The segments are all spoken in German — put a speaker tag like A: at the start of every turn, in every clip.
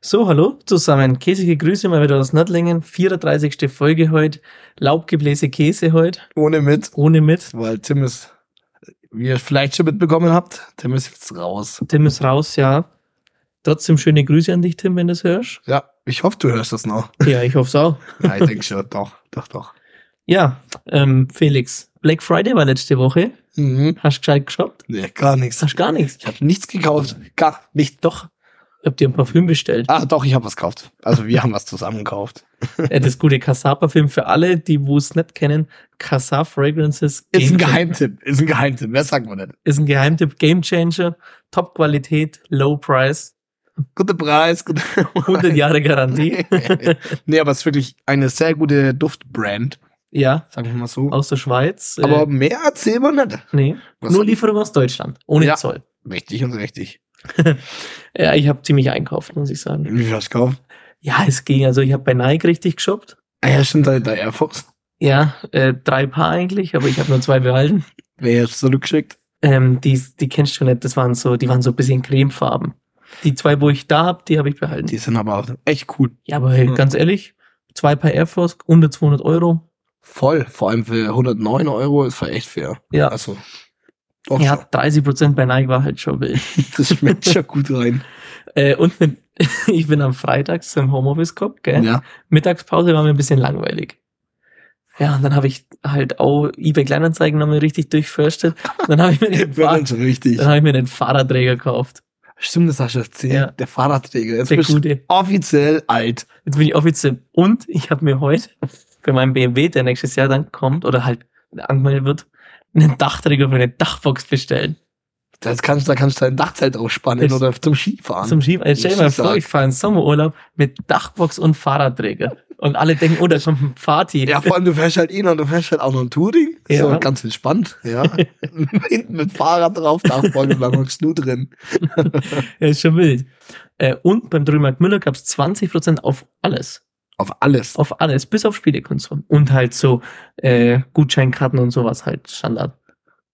A: So, hallo zusammen. Käsige Grüße mal wieder aus Nördlingen. 34. Folge heute. Laubgebläse Käse heute.
B: Ohne mit,
A: Ohne mit.
B: weil Tim ist, wie ihr vielleicht schon mitbekommen habt, Tim ist jetzt raus.
A: Tim ist raus, ja. Trotzdem schöne Grüße an dich, Tim, wenn du es hörst.
B: Ja, ich hoffe, du hörst das noch.
A: Ja, ich hoffe es auch.
B: Ja, ich denke schon, doch, doch, doch.
A: Ja, ähm, Felix. Black Friday war letzte Woche.
B: Mhm.
A: Hast gescheit geshoppt?
B: Nee, gar nichts.
A: Hast gar nichts.
B: Ich habe nichts gekauft. Gar nicht.
A: Doch. Ich hab dir ein Parfüm bestellt.
B: Ah, doch, ich habe was gekauft. Also wir haben was zusammen gekauft.
A: Äh, Das gute Kassar-Parfüm für alle, die wo es nicht kennen. Kassar Fragrances.
B: Ist
A: Game Changer.
B: ein Geheimtipp. Ist ein Geheimtipp. Mehr sagt man nicht.
A: Ist ein Geheimtipp. Game Changer. Top Qualität. Low Price.
B: Guter Preis. Gute
A: 100 Jahre Garantie.
B: nee, aber es ist wirklich eine sehr gute Duftbrand.
A: Ja.
B: Sagen wir mal so.
A: aus der Schweiz.
B: Aber
A: äh,
B: mehr erzählen wir nicht.
A: nee,
B: Was-
A: nur Lieferung aus Deutschland, ohne
B: Ja.
A: Zoll.
B: Richtig und richtig.
A: Ja, ich habe ziemlich einkauft, muss ich sagen.
B: Wie viel hast du gekauft?
A: Ja, es ging. Also ich habe bei Nike richtig geshoppt.
B: Ah ja, stimmt, deine deine Air Force.
A: Ja, äh, drei Paar eigentlich, aber ich habe nur zwei behalten.
B: Wer jetzt zurückgeschickt?
A: Ähm, die, die kennst du nicht, das waren so, die waren so ein bisschen cremefarben. Die zwei, wo ich da habe, die habe ich behalten.
B: Die sind aber auch echt cool.
A: ja, aber hey,
B: Mhm.
A: ganz ehrlich, zwei Paar Air Force unter 200 Euro.
B: Voll. Vor allem für 109 Euro ist voll echt fair.
A: Ja,
B: Also. Doch
A: ja 30 Prozent bei Nike war halt schon wild.
B: schon. Das schmeckt schon gut rein.
A: äh, und mit, ich bin am Freitag zum Homeoffice gekommen, gell?
B: Ja.
A: Mittagspause war mir ein bisschen langweilig. Ja, und dann habe ich halt auch eBay Kleinanzeigen nochmal richtig durchforstet. Dann habe ich mir den,
B: Wenn
A: Fahr
B: dann schon richtig.
A: dann hab ich mir den Fahrradträger gekauft.
B: Stimmt, das hast du erzählt.
A: Ja.
B: Der Fahrradträger. Jetzt
A: Der
B: bist du
A: gute.
B: offiziell alt.
A: Jetzt bin ich offiziell. Und ich habe mir heute für meinen BMW, der nächstes Jahr dann kommt oder halt angemeldet wird, einen Dachträger für eine Dachbox bestellt.
B: Das kannst, da kannst du dein Dachzelt aufspannen
A: Das-
B: oder zum Skifahren.
A: Zum Schieben. Also stell dir mal
B: Ich
A: vor,
B: sag-
A: ich fahre einen Sommerurlaub mit Dachbox und Fahrradträger. Und alle denken, oh, da kommt ein Party.
B: ja, vor allem, du fährst halt ihn und du fährst halt auch noch ein Touring.
A: Ja.
B: So, ganz entspannt. Ja. Hinten mit Fahrrad drauf, da vorne lang hockst du drin.
A: Ja, ist schon wild. Äh, und beim Drümarkt Müller gab es 20% auf alles.
B: Auf alles.
A: auf alles, bis auf Spielekonsum. Und halt so äh, Gutscheinkarten und sowas halt Standard.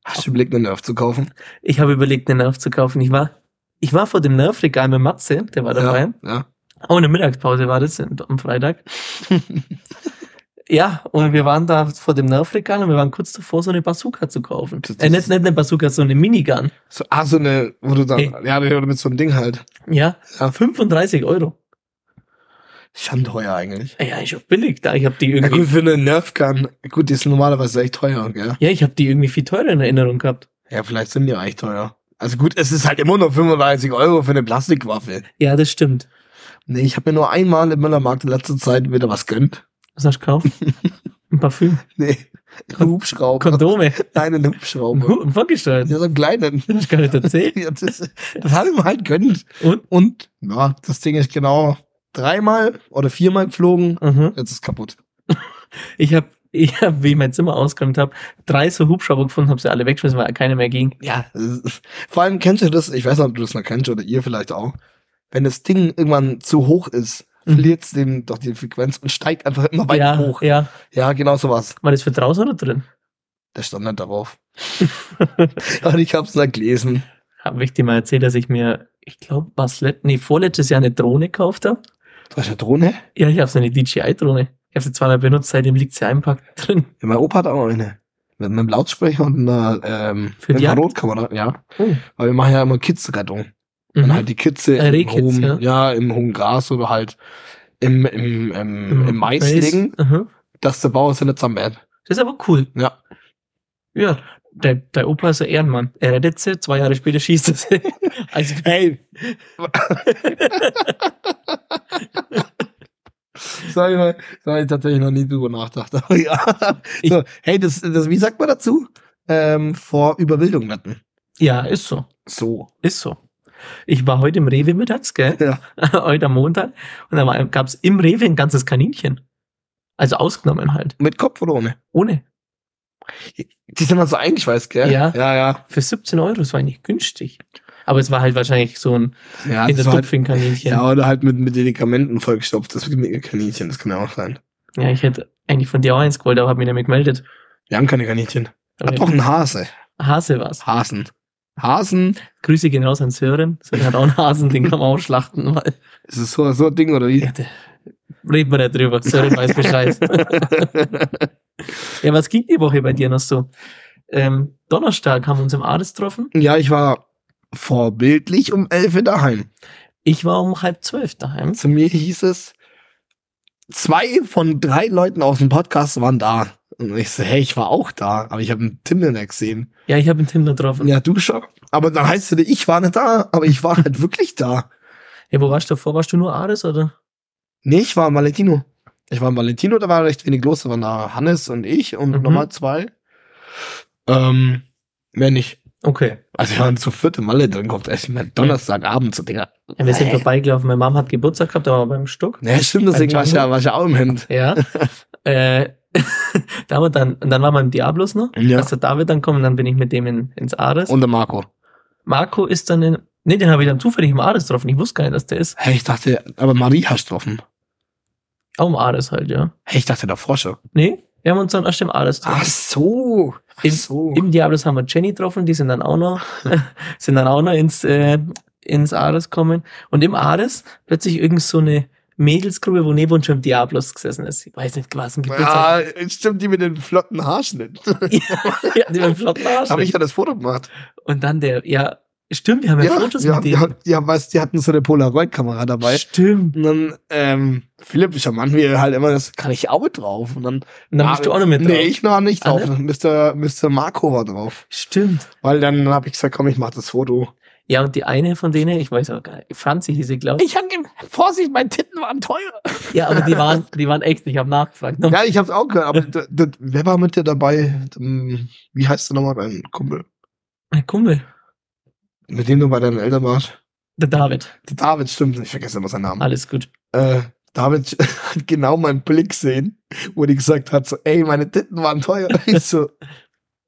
B: Hast du überlegt, einen Nerf zu kaufen?
A: Ich habe überlegt, einen Nerf zu kaufen. Ich war, ich war vor dem Nerfregal mit Matze, der war dabei.
B: Ja.
A: Auch in der Mittagspause war das in- am Freitag. ja, und wir waren da vor dem Nerfregal und wir waren kurz davor, so eine Bazooka zu kaufen.
B: Das- das
A: Äh, nicht,
B: ist-
A: nicht eine Bazooka, so eine Minigun.
B: So, ah, so eine, wo du dann,
A: Hey.
B: ja, oder mit so einem Ding halt.
A: Ja,
B: Ja.
A: 35 Euro.
B: Schon teuer eigentlich.
A: Ja, ich hab billig da. Ich habe die
B: Ja
A: irgendwie,
B: gut, für eine Nerfgun, gut, die ist normalerweise echt teuer, gell?
A: ja, ich habe die irgendwie viel teurer in Erinnerung gehabt.
B: Ja, vielleicht sind die auch echt teuer. Also gut, es ist halt immer noch 35 Euro für eine Plastikwaffe.
A: Ja, das stimmt.
B: Nee, ich habe mir nur einmal im Müllermarkt in letzter Zeit wieder was gönnt.
A: Was hast du gekauft? Ein Parfüm.
B: Nee, ein Hubschrauber.
A: Kondome.
B: Nein, ein
A: Ein
B: Hubschrauber.
A: Hu- ein Vorgestellt.
B: Ja, so einen kleinen.
A: Das ist gar nicht erzählt.
B: Ja, das das habe ich mir halt gönnt.
A: Und?
B: Und, ja, das Ding ist genau dreimal oder viermal geflogen.
A: Mhm.
B: Jetzt ist es kaputt.
A: Ich habe, ich hab, wie ich mein Zimmer ausgeräumt habe, drei so Hubschrauber gefunden, habe sie alle weggeschmissen, weil keine mehr ging.
B: Ja, es ist- vor allem kennst du das, ich weiß nicht, ob du das noch kennst oder ihr vielleicht auch. Wenn das Ding irgendwann zu hoch ist,
A: Mhm.
B: verliert es dem doch die Frequenz und steigt einfach immer weiter
A: ja,
B: hoch.
A: ja.
B: Ja, genau sowas.
A: War das für draußen oder drin?
B: Der stand nicht darauf. und ich hab's nicht gelesen.
A: Habe ich dir mal erzählt, dass ich mir, ich glaube, was let, nee, vorletztes Jahr eine Drohne gekauft habe.
B: Du hast eine Drohne?
A: Ja, ich habe so eine DJI-Drohne. Ich habe sie zweimal benutzt, seitdem liegt sie einpackt drin.
B: Ja, mein Opa hat auch eine. Mit mit einem Lautsprecher und einer ähm,
A: Für die Jagd?
B: Infrarotkamera, ja.
A: Oh.
B: Weil wir machen ja immer Kids-Rettung. Und
A: Mhm.
B: halt die Kitze
A: Äh,
B: im,
A: Rehkitz,
B: hohen,
A: ja.
B: ja. im hohen Gras oder halt im, im, im, im Mais legen,
A: Mhm.
B: dass der Bauer sie nicht zusammenbät.
A: Das ist aber cool.
B: Ja.
A: Ja, der, der Opa ist ein Ehrenmann. Er rettet sie, zwei Jahre später schießt er sie. Also,
B: Hey, Sorry, mal, sorry, tatsächlich noch nie drüber nachgedacht. Aber ja. So, hey, das, das, wie sagt man dazu? Ähm, vor Überwildung retten.
A: ja, ist so.
B: So.
A: Ist so. Ich war heute im Rewe mittags, gell?
B: Ja.
A: heute am Montag. Und da gab es im Rewe ein ganzes Kaninchen. Also ausgenommen halt.
B: Mit Kopf oder ohne?
A: Ohne.
B: Die sind also eingeschweißt, gell?
A: Ja.
B: Ja, ja.
A: Für 17 Euro, das war nicht günstig. Aber es war halt wahrscheinlich so ein
B: Ja,
A: in der
B: das war halt,
A: Tupfing-Kaninchen.
B: ja oder halt mit, mit Medikamenten vollgestopft. Das mit Kaninchen, das kann ja auch sein.
A: Ja, ich hätte eigentlich von dir auch eins gewollt, aber hab mich nicht mehr gemeldet.
B: Wir haben keine Kaninchen.
A: Aber
B: Hat doch ein Hase.
A: Hase war's.
B: Hasen. Hasen.
A: Grüße gehen raus an Sören. Sören hat auch einen Hasen, den kann man auch schlachten. Weil,
B: Ist es so, so ein Ding oder wie?
A: ja, der- reden wir nicht drüber. Sören weiß Bescheid. ja, was ging die Woche bei dir noch so? Ähm, Donnerstag haben wir uns im Ares getroffen.
B: Ja, ich war vorbildlich um elf Uhr daheim.
A: Ich war um halb zwölf daheim.
B: Zu mir hieß es, zwei von drei Leuten aus dem Podcast waren da. Und ich so, hey, ich war auch da, aber ich habe einen Tim nicht gesehen.
A: Ja, ich habe den Tim da getroffen. Ja.
B: Ja, du schon. Aber dann heißt es, ich war nicht da, aber ich war halt wirklich da.
A: wo warst du davor? Warst du nur Ares oder?
B: Nee, ich war in Valentino. Ich war in Valentino, da war recht wenig los. Da waren da Hannes und ich und
A: Mhm.
B: nochmal zwei. Ähm, mehr nicht.
A: Okay.
B: Also wir waren zu vierte Malle drin, kommt erst mal Donnerstagabend zu Dinger.
A: Ja, wir sind
B: Hä?
A: vorbeigelaufen. Meine Mom hat Geburtstag gehabt, da waren wir beim Stuck.
B: Ja, stimmt, deswegen war ich, ja, war ich ja auch im Hemd.
A: Ja. äh, da haben wir dann, und dann waren wir im Diablos noch.
B: Ja.
A: Als der David dann kommt, dann bin ich mit dem in, ins Ares.
B: Und der Marco.
A: Marco ist dann in. Nee, den habe ich dann zufällig im Ares getroffen. Ich wusste gar nicht, dass der ist.
B: Hey, ich dachte, aber Marie hast du getroffen.
A: Auch im Ares halt, ja.
B: Hey, ich dachte, der Forscher.
A: Nee, wir haben uns dann erst im Ares getroffen.
B: so. Ach
A: Im-
B: so.
A: Im Diablos haben wir Jenny getroffen, die sind dann auch noch, sind dann auch noch ins, äh, ins Ares kommen. Und im Ares plötzlich irgend so eine Mädelsgruppe, wo Nebo und schon im Diablos gesessen ist. Ich weiß nicht, was ein Geburtstag.
B: ja, stimmt, die mit den flotten Haarschnitt.
A: Ja, die waren flott Arsch.
B: Habe ich ja das Foto gemacht.
A: Und dann der, ja, stimmt, wir haben ja, Fotos
B: ja,
A: mit denen.
B: ja, ja, weißt, die hatten so eine Polaroid-Kamera dabei.
A: Stimmt.
B: Und dann, ähm, Philipp, ich Mann, wie er halt immer, das kann ich auch drauf. Und dann,
A: Und dann bist du auch noch mit drauf.
B: Nee, ich war nicht
A: Ah,
B: drauf. Mr. Mr. Marco war drauf.
A: Stimmt.
B: Weil dann habe ich gesagt, komm, ich mach das Foto.
A: Ja, und die eine von denen, ich weiß auch gar nicht, Franzi hieß sie, glaube ich.
B: Ich hab ihm, Vorsicht, meine Titten waren teuer.
A: Ja, aber die waren, die waren echt, ich habe nachgefragt. ne?
B: Ja, ich hab's auch gehört, aber d- d- wer war mit dir dabei? Ähm, Wie heißt du nochmal dein Kumpel?
A: Mein Kumpel,
B: Mit dem du bei deinen Eltern warst?
A: der David,
B: Der David, stimmt, ich vergesse immer seinen Namen.
A: alles gut.
B: Äh, David hat genau meinen Blick sehen, wo die gesagt hat, so, ey, meine Titten waren teuer. Ich so,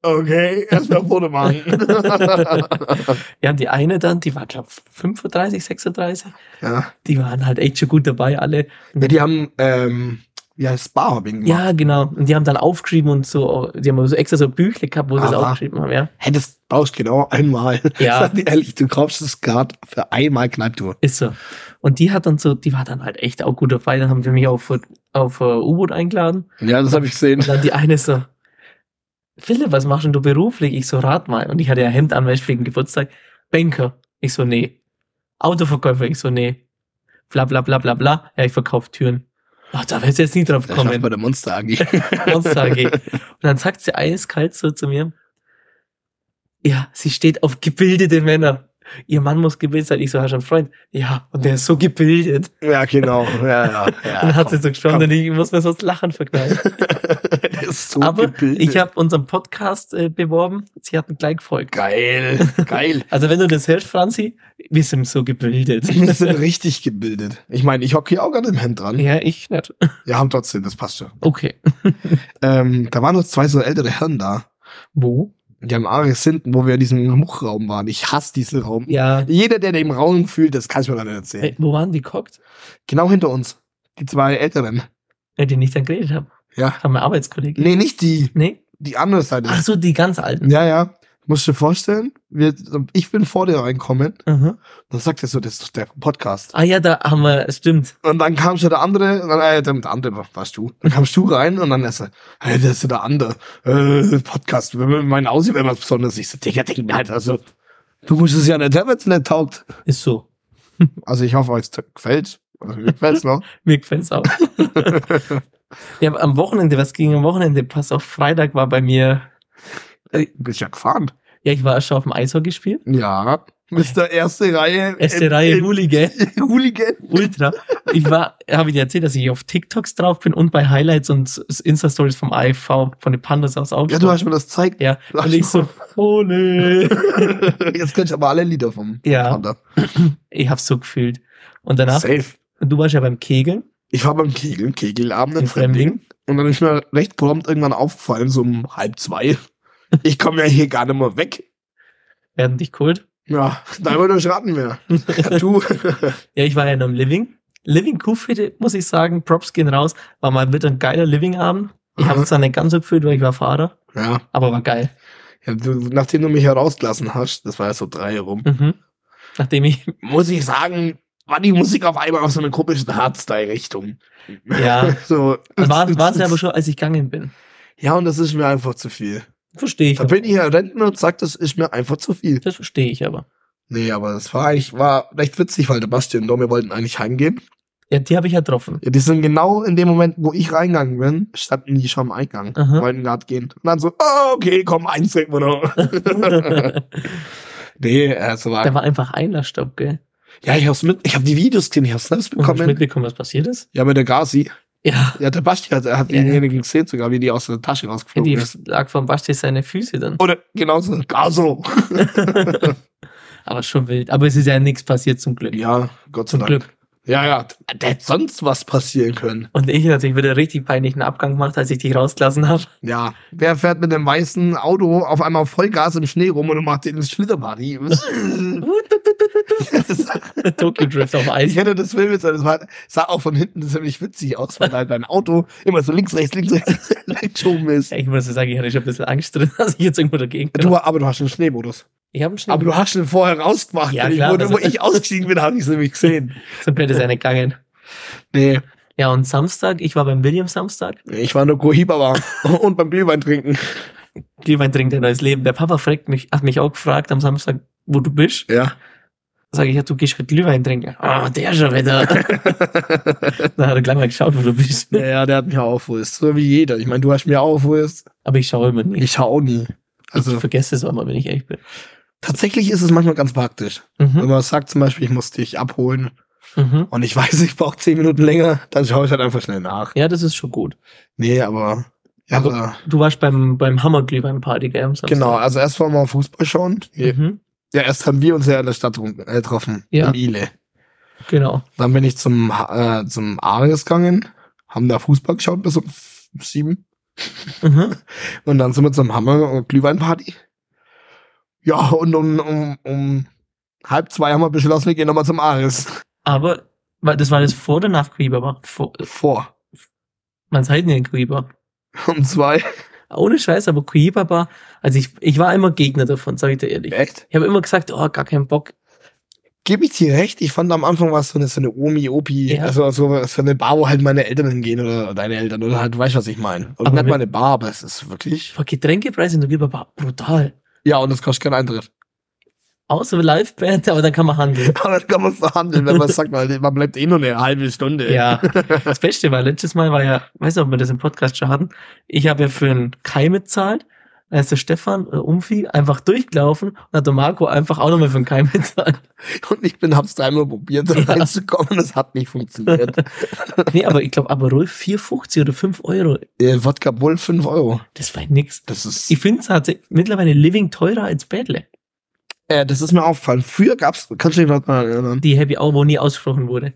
B: okay, erstmal Foto machen.
A: Ja, und die eine dann, die war, glaube ich, 35, 36,
B: ja.
A: die waren halt echt schon gut dabei, alle.
B: Ja, die haben, ähm, wie heißt Barhopping gemacht.
A: Ja, genau. Und die haben dann aufgeschrieben und so, die haben so extra so Büchle gehabt, wo sie es
B: Aha.
A: aufgeschrieben haben, ja.
B: Hättest, brauchst genau einmal.
A: Ja.
B: Sag dir ehrlich, du kaufst das Kart für einmal Kneipptour.
A: Ist so. Und die hat dann so, die war dann halt echt auch gut dabei, dann haben die mich auf, auf äh, U-Boot eingeladen.
B: Ja, das habe ich gesehen.
A: Und dann die eine so, Philipp, was machst denn du beruflich? Ich so, rat mal. Und ich hatte ja Hemd an, weil ich wegen Geburtstag. Banker. Ich so, nee. Autoverkäufer. Ich so, nee. Bla, bla, bla, bla, bla. Ja, ich verkaufe Türen. Ach, da wärst du jetzt nie drauf
B: Komm bei
A: gekommen.
B: der Monster AG.
A: Monster AG. Und dann sagt sie eiskalt so zu mir, ja, sie steht auf gebildete Männer. Ihr Mann muss gebildet sein. Ich so, hast du einen Freund? Ja, und der ist so gebildet.
B: ja, genau. Ja, ja. ja
A: und dann hat sie
B: komm,
A: so gesprochen,
B: komm.
A: und ich muss mir sonst lachen verkneifen.
B: Der ist so
A: Aber
B: gebildet.
A: Ich habe unseren Podcast äh, beworben. Sie hat mir gleich gefolgt.
B: Geil, geil.
A: Also wenn du das hörst, Franzi, wir sind so gebildet.
B: Wir sind richtig gebildet. Ich meine, ich hocke hier auch gerade im Hemd dran.
A: ja, ich nicht.
B: Wir haben trotzdem, das passt schon.
A: Okay.
B: Ähm, da waren noch zwei so ältere Herren da.
A: Wo?
B: Die haben Ares hinten, wo wir in diesem Muchraum waren. Ich hasse diesen Raum.
A: Ja.
B: Jeder, der den Raum fühlt, das kann ich mir leider nicht erzählen.
A: Hey, wo waren die gekocht?
B: Genau hinter uns. Die zwei Älteren.
A: Ja, Äh, die nicht dann geredet haben.
B: Ja.
A: Haben wir Arbeitskollegen.
B: Nee, nicht die.
A: Nee?
B: Die andere Seite.
A: Ach so, die ganz alten.
B: Ja, ja. Musst du dir vorstellen, wir, ich bin vor dir reinkommen.
A: Mhm.
B: Dann sagt er so, das ist doch der Podcast.
A: Ah ja, da haben wir, stimmt.
B: Und dann kam schon der andere, und dann, äh, der mit der andere warst du. Dann kamst du rein und dann ist er, hey, das ist ja der andere. Äh, Podcast. Mein Aussehen wäre was Besonderes. Ich so, Digga, denk mir halt, also, du musst es ja nicht haben, wenn es nicht taugt.
A: Ist so.
B: Also, ich hoffe, es gefällt. Also, mir gefällt's noch.
A: Mir gefällt's auch. ja, am Wochenende, was ging am Wochenende? Pass auf, Freitag war bei mir,
B: Du bist ja gefahren.
A: ja, ich war schon auf dem Eishockeyspiel.
B: Ja. Bist der erste Reihe.
A: Erste
B: in-
A: Reihe
B: in-
A: Hooligan.
B: Hooligan.
A: Ultra. Ich war, habe ich dir erzählt, dass ich auf TikToks drauf bin und bei Highlights und S- Insta-Stories vom AIV, von den Pandas aus
B: Ja,
A: Augsburg.
B: du hast mir das gezeigt.
A: Ja,
B: du hast
A: und ich so, oh nee.
B: Jetzt könnte ich aber alle Lieder vom
A: Ja.
B: Panda.
A: Ich hab's so gefühlt. Und danach,
B: Safe.
A: du warst ja beim Kegeln,
B: Ich war beim Kegeln, Kegelabend in
A: im
B: Fremding.
A: Fremdling.
B: Und dann ist mir recht prompt irgendwann aufgefallen, so um halb zwei. Ich komme ja hier gar nicht mehr weg.
A: Werden dich geholt.
B: Ja, da wollte ich raten mehr. Du.
A: Ja, ich war ja noch im Living. Living Kuhfriede, muss ich sagen, Props gehen raus. War mal wieder ein geiler Living-Abend. Ich habe es dann nicht ganz so gefühlt, weil ich war Fahrer,
B: Ja,
A: aber war geil.
B: Ja, du, nachdem du mich herausgelassen hast, das war ja so drei rum,
A: Mhm. Nachdem ich,
B: muss ich sagen, war die Musik auf einmal auf so eine komischen Hardstyle-Richtung.
A: ja,
B: so,
A: war war es ja aber schon, als ich gegangen bin.
B: Ja, und das ist mir einfach zu viel.
A: Verstehe ich.
B: Da
A: aber.
B: bin ich ja Rentner und sag, das ist mir einfach zu viel.
A: Das verstehe ich aber.
B: Nee, aber das war eigentlich, war recht witzig, weil Sebastian und Domi wollten eigentlich heimgehen.
A: Ja, die habe ich ja getroffen.
B: Ja, die sind genau in dem Moment, wo ich reingegangen bin, standen die schon am Eingang,
A: Aha.
B: wollten gerade gehen. Und dann so, ah, okay, komm, eins trinken wir noch.
A: da
B: nee, also war,
A: war einfach Einlassstopp, gell?
B: ja, ich hab's mit, ich hab die Videos gesehen, ich hab's selbst
A: Und hast du
B: bekommen.
A: mitbekommen, was passiert ist?
B: Ja, mit der Gazi.
A: Ja.
B: Ja, der Basti hat, er hat
A: Ja.
B: denjenigen gesehen sogar, wie die aus der Tasche
A: In
B: rausgeflogen
A: die
B: ist.
A: lag vom Basti seine Füße dann.
B: Oder genauso, Gaso.
A: Aber schon wild. Aber es ist ja nichts passiert zum Glück.
B: Ja, Gott sei
A: Zum
B: Dank.
A: Glück.
B: Ja, ja, da hätte sonst was passieren können.
A: Und ich hatte natürlich wieder richtig peinlichen Abgang gemacht, als ich dich rausgelassen habe.
B: Ja, wer fährt mit dem weißen Auto auf einmal Vollgas im Schnee rum und macht den Schlitterparty?
A: Tokyo Drift auf
B: ich
A: Eis.
B: hätte das Film jetzt, das war, sah auch von hinten ziemlich witzig aus, weil halt dein Auto immer so links, rechts, links, rechts weggeschoben ist.
A: Ich muss sagen, ich hatte schon ein bisschen Angst drin, dass ich jetzt irgendwo dagegen
B: Du, aber du hast den Schneemodus.
A: Ich habe einen
B: Aber
A: Schnee.
B: du hast den vorher rausgemacht.
A: Ja,
B: Und ich
A: klar,
B: wurde, wo
A: das-
B: ich ausgestiegen bin, habe ich es nämlich gesehen.
A: So blöd ist er nicht gegangen.
B: Nee,
A: Ja, und Samstag, ich war beim William Samstag.
B: ich war nur Kohiba und beim Glühwein trinken.
A: Glühwein trinkt ein neues Leben. Der Papa fragt mich, hat mich auch gefragt am Samstag, wo du bist.
B: Ja.
A: Sag ich, ja, du gehst heute Glühwein trinken. Ah, der schon wieder. Dann hat er gleich mal geschaut, wo du bist.
B: Ja, der hat mich auch aufgeholt. So wie jeder. Ich meine, du hast mir auch aufgeholt.
A: Aber ich schaue immer nicht.
B: Ich auch nie. Also,
A: ich vergesse es auch mal, wenn ich ehrlich bin.
B: Tatsächlich ist es manchmal ganz praktisch. Wenn
A: Mhm.
B: man sagt zum Beispiel, ich muss dich abholen
A: Mhm.
B: und ich weiß, ich brauche zehn Minuten länger, dann schaue ich halt einfach schnell nach.
A: Ja, das ist schon gut.
B: Nee, aber. Ja,
A: Aber-
B: aber
A: Du warst beim, beim Hammerglühwein-Party, gell? am Samstag?
B: genau, also erst wollen wir Fußball schauen.
A: Mhm.
B: Ja, erst haben wir uns ja in der Stadt rum- äh, getroffen,
A: Ja.
B: im Ile.
A: Genau.
B: Dann bin ich zum, Ha- äh, zum Ares gegangen, haben da Fußball geschaut bis um f- sieben.
A: Mhm.
B: Und dann sind wir zum Hammer- und Glühweinparty. Ja, und um, um, um halb zwei haben wir beschlossen, wir gehen nochmal zum Ares.
A: Aber wa- das war das vor oder nach Grieber? war? Vor,
B: Vor.
A: man sagt nicht Grieber.
B: Um zwei.
A: Ohne Scheiß, aber Grieber war, also ich, ich war immer Gegner davon, sag ich dir ehrlich.
B: Echt?
A: Ich habe immer gesagt, oh, gar keinen Bock.
B: Gebe ich dir recht, ich fand am Anfang war es so eine, so eine Omi, Opi,
A: Ja.
B: also so, so eine Bar, wo halt meine Eltern hingehen oder deine Eltern oder halt, du weißt, was ich meine. Und
A: Aber
B: nicht
A: wir-
B: mal eine Bar, aber es ist wirklich.
A: Aber Getränkepreise in der Grieber war brutal.
B: Ja, und es kostet keinen Eintritt.
A: Außer Liveband, aber dann kann man handeln.
B: Aber das kann man verhandeln, wenn man sagt, man, man bleibt eh nur eine halbe Stunde.
A: Ja, das Beste war, letztes Mal war ja, weiß nicht, ob wir das im Podcast schon hatten, ich habe ja für einen Kai mitzahlt, da ist der Stefan, äh, Umfi, einfach durchgelaufen und hat der Marco einfach auch nochmal für einen Kai mitzahlt.
B: Und ich bin, hab's dreimal probiert, da
A: Ja.
B: reinzukommen, das hat nicht funktioniert.
A: Nee, aber ich glaube, Aperol 4,50 oder 5 Euro,
B: äh, Wodka Bull 5 Euro.
A: das war nix.
B: Das ist,
A: Ich finde es hat mittlerweile Living teurer als Bädle.
B: äh, das ist mir aufgefallen. Früher gab's, kannst du dich noch mal erinnern?
A: Die Happy Hour, wo nie ausgesprochen wurde.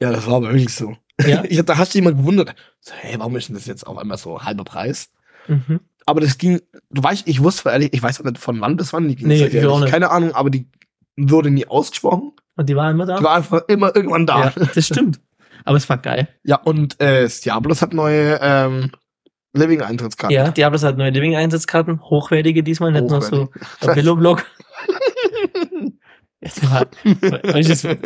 B: Ja, das war aber wirklich so.
A: Ja.
B: Ich, da hast du jemand gewundert. So, hey, warum ist denn das jetzt auf einmal so halber Preis?
A: mhm.
B: Aber das ging, du weißt, ich wusste ehrlich, ich weiß auch nicht von wann bis wann die ging.
A: Nee,
B: sag
A: ich
B: ehrlich.
A: auch nicht.
B: Keine Ahnung, aber die wurde nie ausgesprochen.
A: Und die war immer da.
B: Die war einfach immer irgendwann da.
A: ja,
B: Ah. Ja,
A: das stimmt. Aber es war geil.
B: und äh, Diablos hat neue ähm, Living-Eintrittskarten.
A: Ja, Diablos hat neue Living-Einsatzkarten, hochwertige diesmal, nicht nur so der Billo-Block. Jetzt mal. Weißt du,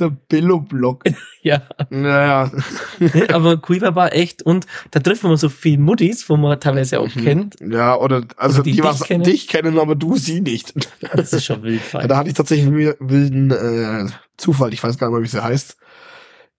B: Der Billo-Block.
A: ja,
B: naja.
A: Nee, aber Quiver war echt und da trifft man so viel Muttis, wo man teilweise auch
B: Mhm.
A: kennt.
B: Ja, oder, also
A: die
B: die,
A: dich
B: was
A: kennen?
B: dich kennen, aber du sie nicht.
A: Das ist schon wild.
B: Ja, da hatte ich tatsächlich einen wi- wilden äh, Zufall, ich weiß gar nicht mehr, wie sie heißt.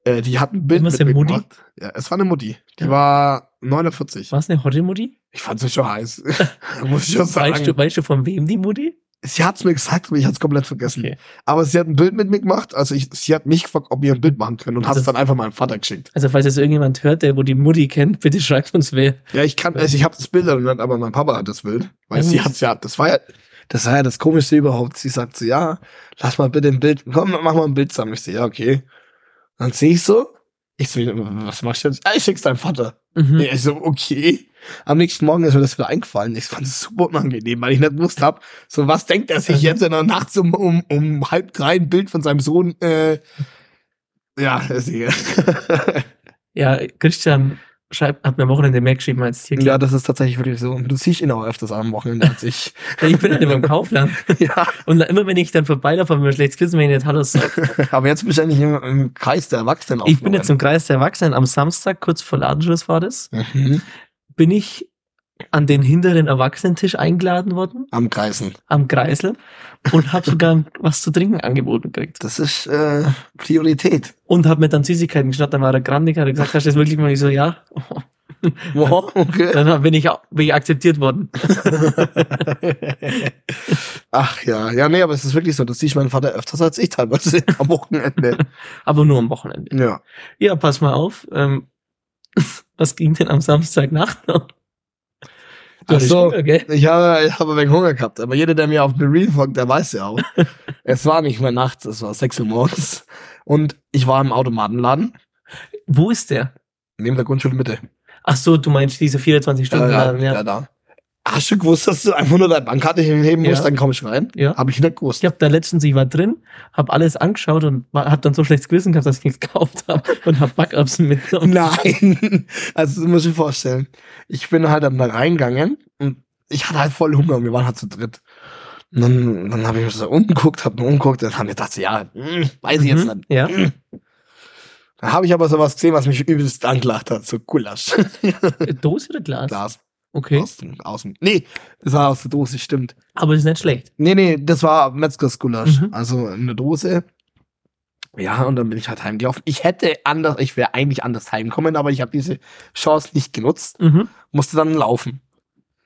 B: Äh, die hat ein Bild
A: Immer ist eine Mutti?
B: mitgebracht. Ja, es war eine Mutti. Die
A: Ja.
B: war 49.
A: War es eine hotte Mutti?
B: Ich fand sie schon heiß. Muss ich schon sagen.
A: Weißt du, weißt du von wem die Mutti?
B: Sie hat's mir gesagt, aber ich hat's komplett vergessen.
A: Okay.
B: Aber sie hat ein Bild mit mir gemacht. Also ich, sie hat mich gefragt, ob wir ein Bild machen können und
A: Also-
B: hat's dann einfach meinem Vater geschickt.
A: Also falls jetzt irgendjemand hört, der wo die Mutti kennt, bitte schreibt uns wer.
B: Ja, ich kann, also ich habe das Bild dann genannt, aber mein Papa hat das Bild. Weil
A: Ja,
B: sie
A: gut.
B: hat's ja, das war ja, das war ja das Komischste überhaupt. Sie sagt so, ja, lass mal bitte ein Bild, komm, mach mal ein Bild zusammen. Ich so, ja, okay. Dann sehe ich so, ich so, was machst du jetzt? Ah, ich schick's deinem Vater.
A: Mhm.
B: Ja, ich so, okay. Am nächsten Morgen ist mir das wieder eingefallen. Ich fand es super unangenehm, weil ich nicht gewusst habe, so was denkt er sich
A: Mhm.
B: jetzt in der Nacht um, um, um halb drei ein Bild von seinem Sohn. Äh, ja, ist egal.
A: Ja, Christian schreibt, hat mir am Wochenende mehr geschrieben als hier.
B: Ja, das ist tatsächlich wirklich so. Du ziehst ihn auch öfters am Wochenende als ich.
A: Ich bin halt immer im Kaufland.
B: ja,
A: Und dann immer wenn ich dann vorbeilaufe, haben wir ein schlechtes Gewissen, wenn ich nicht Hallo sage.
B: aber jetzt bist du eigentlich im, im Kreis der Erwachsenen
A: Ich bin jetzt im Kreis der Erwachsenen. Am Samstag, kurz vor Ladenschluss war das,
B: aufgenommen. mhm.
A: bin ich an den hinteren Erwachsenentisch eingeladen worden,
B: am Kreisen.
A: am Kreisel, und habe sogar was zu trinken angeboten gekriegt.
B: Das ist äh, Priorität.
A: Und habe mir dann Süßigkeiten geschnappt, dann war er grandig, hat er gesagt, hast du das wirklich mal? Ich so, ja.
B: Wow, okay.
A: Dann bin ich, auch- bin ich akzeptiert worden.
B: Ach ja, ja, nee, aber es ist wirklich so, das sieht mein Vater öfters als ich teilweise am Wochenende.
A: Aber nur am Wochenende.
B: Ja.
A: Ja, pass mal auf. Ähm, was ging denn am Samstagnacht noch?
B: Ach
A: hattest
B: so.
A: Hunger, gell?
B: Ich habe, ich habe wegen Hunger gehabt, aber jeder, der mir auf The Real folgt, der weiß ja auch. es war nicht mehr nachts, es war 6 Uhr morgens. Und ich war im Automatenladen,
A: Wo ist der?
B: neben der Grundschule Mitte.
A: Ach so, du meinst diese 24 Stunden?
B: ja,
A: Laden, ja.
B: ja, da. Hast du gewusst, dass du einfach nur deine Bankkarte hinheben musst,
A: Ja.
B: dann komm ich rein?
A: Ja.
B: Habe ich nicht gewusst.
A: Ich habe da letztens, ich war drin, habe alles angeschaut und habe dann so schlechtes Gewissen gehabt, dass ich nichts gekauft habe und habe Backerbsen mitgenommen.
B: Nein. Also, das muss ich mir vorstellen. Ich bin halt dann da reingegangen und ich hatte halt voll Hunger und wir waren halt zu dritt. Und dann, dann habe ich mich so umgeguckt, habe nur umgeguckt, dann habe ich gedacht, so, ja, hm, weiß ich jetzt
A: Mhm,
B: nicht.
A: ja.
B: Hm. Dann habe ich aber sowas gesehen, was mich übelst angelacht hat, so Gulasch.
A: Dose oder Glas?
B: Glas,
A: Okay.
B: außen, außen. Nee, das war aus der Dose, stimmt.
A: Aber ist nicht schlecht.
B: Nee, nee, das war Metzgers Gulasch.
A: Mhm.
B: Also eine Dose. Ja, und dann bin ich halt heimgelaufen. Ich hätte anders, ich wäre eigentlich anders heimkommen, aber ich habe diese Chance nicht genutzt.
A: Mhm.
B: Musste dann laufen.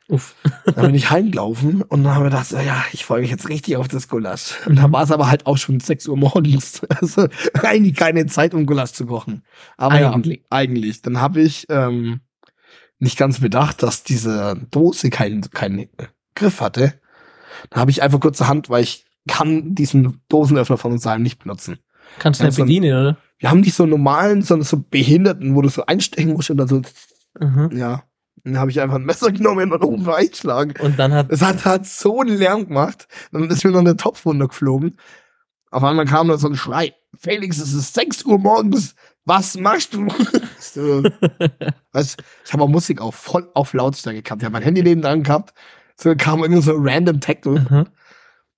A: Uff.
B: Dann bin ich heimgelaufen und dann haben wir gedacht, so, ja, ich freue mich jetzt richtig auf das Gulasch. Und dann war es aber halt auch schon 6 Uhr morgens. Also eigentlich keine Zeit, um Gulasch zu kochen. Aber
A: Eigentlich.
B: Ja, eigentlich. Dann habe ich ähm, nicht ganz bedacht, dass diese Dose keinen keinen Griff hatte. Dann habe ich einfach kurze Hand, weil ich kann diesen Dosenöffner von uns daheim nicht benutzen.
A: Kannst du
B: Ja,
A: nicht
B: so ein-
A: bedienen, oder?
B: Wir haben nicht so einen normalen, sondern so behinderten, wo du so einstecken musst und dann so,
A: Mhm.
B: ja. Dann habe ich einfach ein Messer genommen und oben reinschlagen.
A: Und dann hat
B: Es hat, hat so einen Lärm gemacht. Dann ist mir noch der Topf runtergeflogen. Auf einmal kam da so ein Schrei. Felix, es ist 6 Uhr morgens. Was machst du? so. weißt, ich habe auch Musik auf voll auf Lautstärke gehabt. Ich habe mein Handy neben dran gehabt. So kam irgendwie so ein random Tackle.
A: Mhm.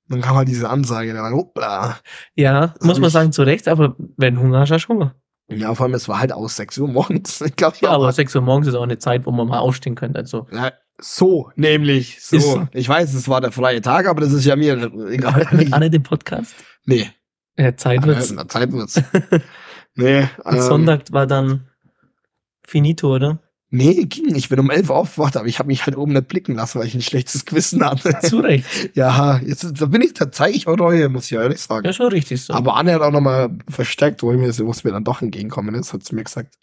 B: Dann kam halt diese Ansage. Dann war, hoppla.
A: Ja, muss man
B: ich-
A: sagen, zu Recht, aber wenn Hunger hast, hast du Hunger.
B: Ja, vor allem, es war halt aus 6 Uhr morgens. Ich glaube,
A: Ja, aber 6 Uhr morgens ist auch eine Zeit, wo man mal aufstehen könnte. Also,
B: Ja, so, nämlich. So.
A: Ist so.
B: Ich weiß, es war der freie Tag, aber das ist ja mir
A: mit
B: egal.
A: Anne den Podcast.
B: nee.
A: Ja, Zeit wird's.
B: Ja, Zeit wird's. nee, ähm,
A: Am Sonntag war dann finito, oder?
B: nee, ging. Ich bin um 11 Uhr aufgewacht, aber ich habe mich halt oben nicht blicken lassen, weil ich ein schlechtes Gewissen hatte.
A: Zu Recht.
B: ja, jetzt da bin ich, da zeige ich auch Reue, muss ich ehrlich sagen.
A: Ja, schon richtig so.
B: Aber Anne hat auch nochmal versteckt, wo ich mir, wo es mir dann doch entgegenkommen ist, hat sie mir gesagt,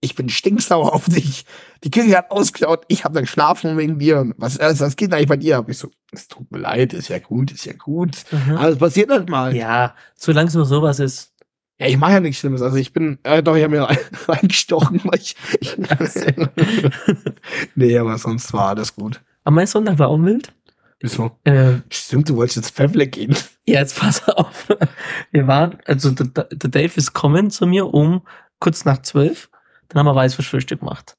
B: ich bin stinksauer auf dich. Die Küche hat ausgeschaut, ich habe dann geschlafen wegen dir. Und Was, was, was geht denn eigentlich bei dir? Hab ich so, es tut mir leid, ist ja gut, ist ja gut.
A: Mhm.
B: Alles passiert halt mal.
A: Ja, solange es nur sowas ist.
B: Ja, ich mache ja nichts Schlimmes. Also ich bin, äh, doch, ich habe mir rein- reingestochen, weil ich. nee, aber sonst war alles gut.
A: Aber mein Sonntag war auch wild.
B: Wieso?
A: Äh,
B: Stimmt, du wolltest jetzt Pfeffle gehen.
A: ja, jetzt pass auf. Wir waren, also der, der Dave ist kommen zu mir um kurz nach zwölf. Dann haben wir Weißwurstfrühstück gemacht.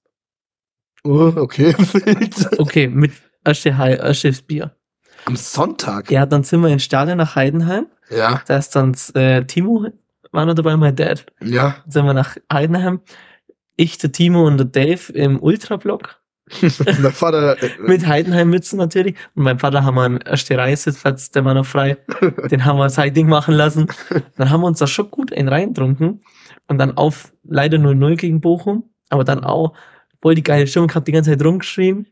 B: Oh, okay. Wild.
A: Okay, mit Asche Hai, Aschefs Bier.
B: Am Sonntag.
A: Ja, dann sind wir ins Stadion nach Heidenheim.
B: Ja,
A: Da ist dann äh, Timo, war noch dabei, mein Dad.
B: ja.
A: Dann sind wir nach Heidenheim. Ich, der Timo und der Dave im Ultra-Block.
B: Mein Vater. Äh,
A: Mit Heidenheim-Mützen natürlich. Und mein Vater haben wir einen erste Reihe-Sitzplatz, der war noch frei. Den haben wir sein Ding machen lassen. Dann haben wir uns da schon gut einen reintrunken. Und dann auf leider 0-0 gegen Bochum. Aber dann auch voll die geile Stimmung gehabt, die ganze Zeit rumgeschrien.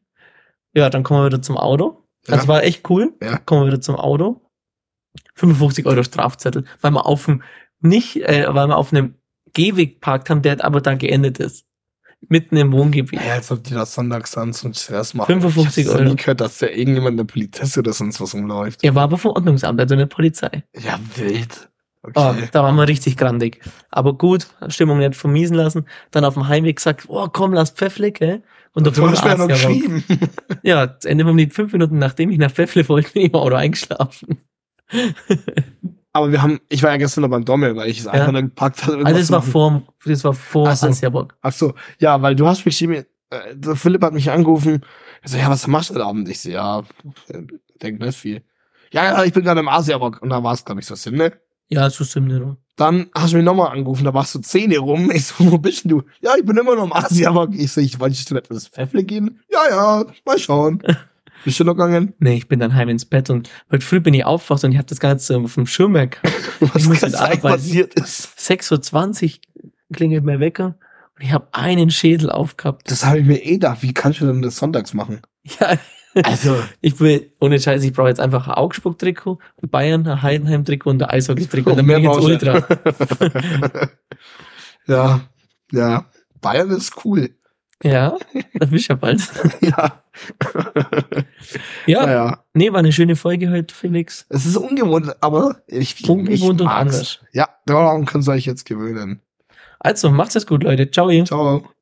A: Ja, dann kommen wir wieder zum Auto.
B: ja.
A: Also war echt cool.
B: Ja.
A: Kommen wir wieder zum Auto. 55 Euro Strafzettel, weil wir auf dem nicht, äh, weil wir auf einem Gehweg parkt haben, der aber da geendet ist. Mitten im Wohngebiet.
B: ja, als ob die das sonntags dann zum Stress machen.
A: 55
B: ich hab's noch
A: Euro.
B: nie gehört, dass da irgendjemand eine Polizist oder sonst was rumläuft.
A: Er war aber vom Ordnungsamt, also eine Polizei.
B: Ja, wild.
A: Oh,
B: Okay.
A: da waren wir richtig grandig. Aber gut, Stimmung nicht vermiesen lassen. Dann auf dem Heimweg gesagt, oh komm, lass Pfeffle, gell? Und,
B: du
A: davor
B: hast mir ja
A: war's
B: noch
A: ja aber-
B: geschrieben.
A: Ja, das Ende vom Lied, fünf Minuten nachdem ich nach Pfeffle wollte, bin ich im Auto eingeschlafen.
B: Aber wir haben, ich war ja gestern noch beim Dommel, weil ich es einfach nur gepackt hatte.
A: Also das war
B: voll.
A: vor, das war vor
B: Ach so.
A: Hansjabock.
B: Ach so, ja, weil du hast mich geschrieben, äh, der Philipp hat mich angerufen. Ich so, ja, was machst du heute Abend? Ich so, ja, äh, denk nicht viel. Ja, ja, ich bin gerade im Asiabock. Und da war es, glaube ich, so Sim, ne?
A: Ja, so Simnero.
B: Dann hast du mich nochmal angerufen, da warst du 10 Uhr rum. Ich so, wo bist denn du? Ja, ich bin immer noch im Asiabock. Ich so, ich wollte ich dir nicht ins Pfeffle gehen? Ja, ja, mal schauen. bist du noch gegangen?
A: Nee, ich bin dann heim ins Bett und heute früh bin ich aufgewacht und ich habe das Ganze auf dem Schirm weg.
B: Was
A: muss
B: ganz
A: jetzt arbeiten.
B: passiert ist.
A: 6.20 Uhr klingelt mein Wecker und ich habe einen Schädel aufgehabt.
B: Das habe ich mir eh gedacht. Wie kannst du denn das sonntags machen?
A: Ja,
B: Also,
A: ich will, ohne Scheiß, ich brauche jetzt einfach ein Augsburg-Trikot, ein Bayern, ein Heidenheim-Trikot und ein Eishockey-Trikot.
B: Und
A: Dann bin ich
B: mehr
A: jetzt
B: brauchst du
A: Ultra.
B: ja, ja. Bayern ist cool.
A: Ja, das bist du ja bald.
B: ja.
A: Ja,
B: Naja.
A: nee, war eine schöne Folge heute, Felix.
B: Es ist ungewohnt, aber ich, ich
A: Ungewohnt und
B: mag's.
A: anders.
B: Ja, daran kannst du euch jetzt gewöhnen.
A: Also, macht's es gut, Leute. Ciao. Ciao.
B: Ciao.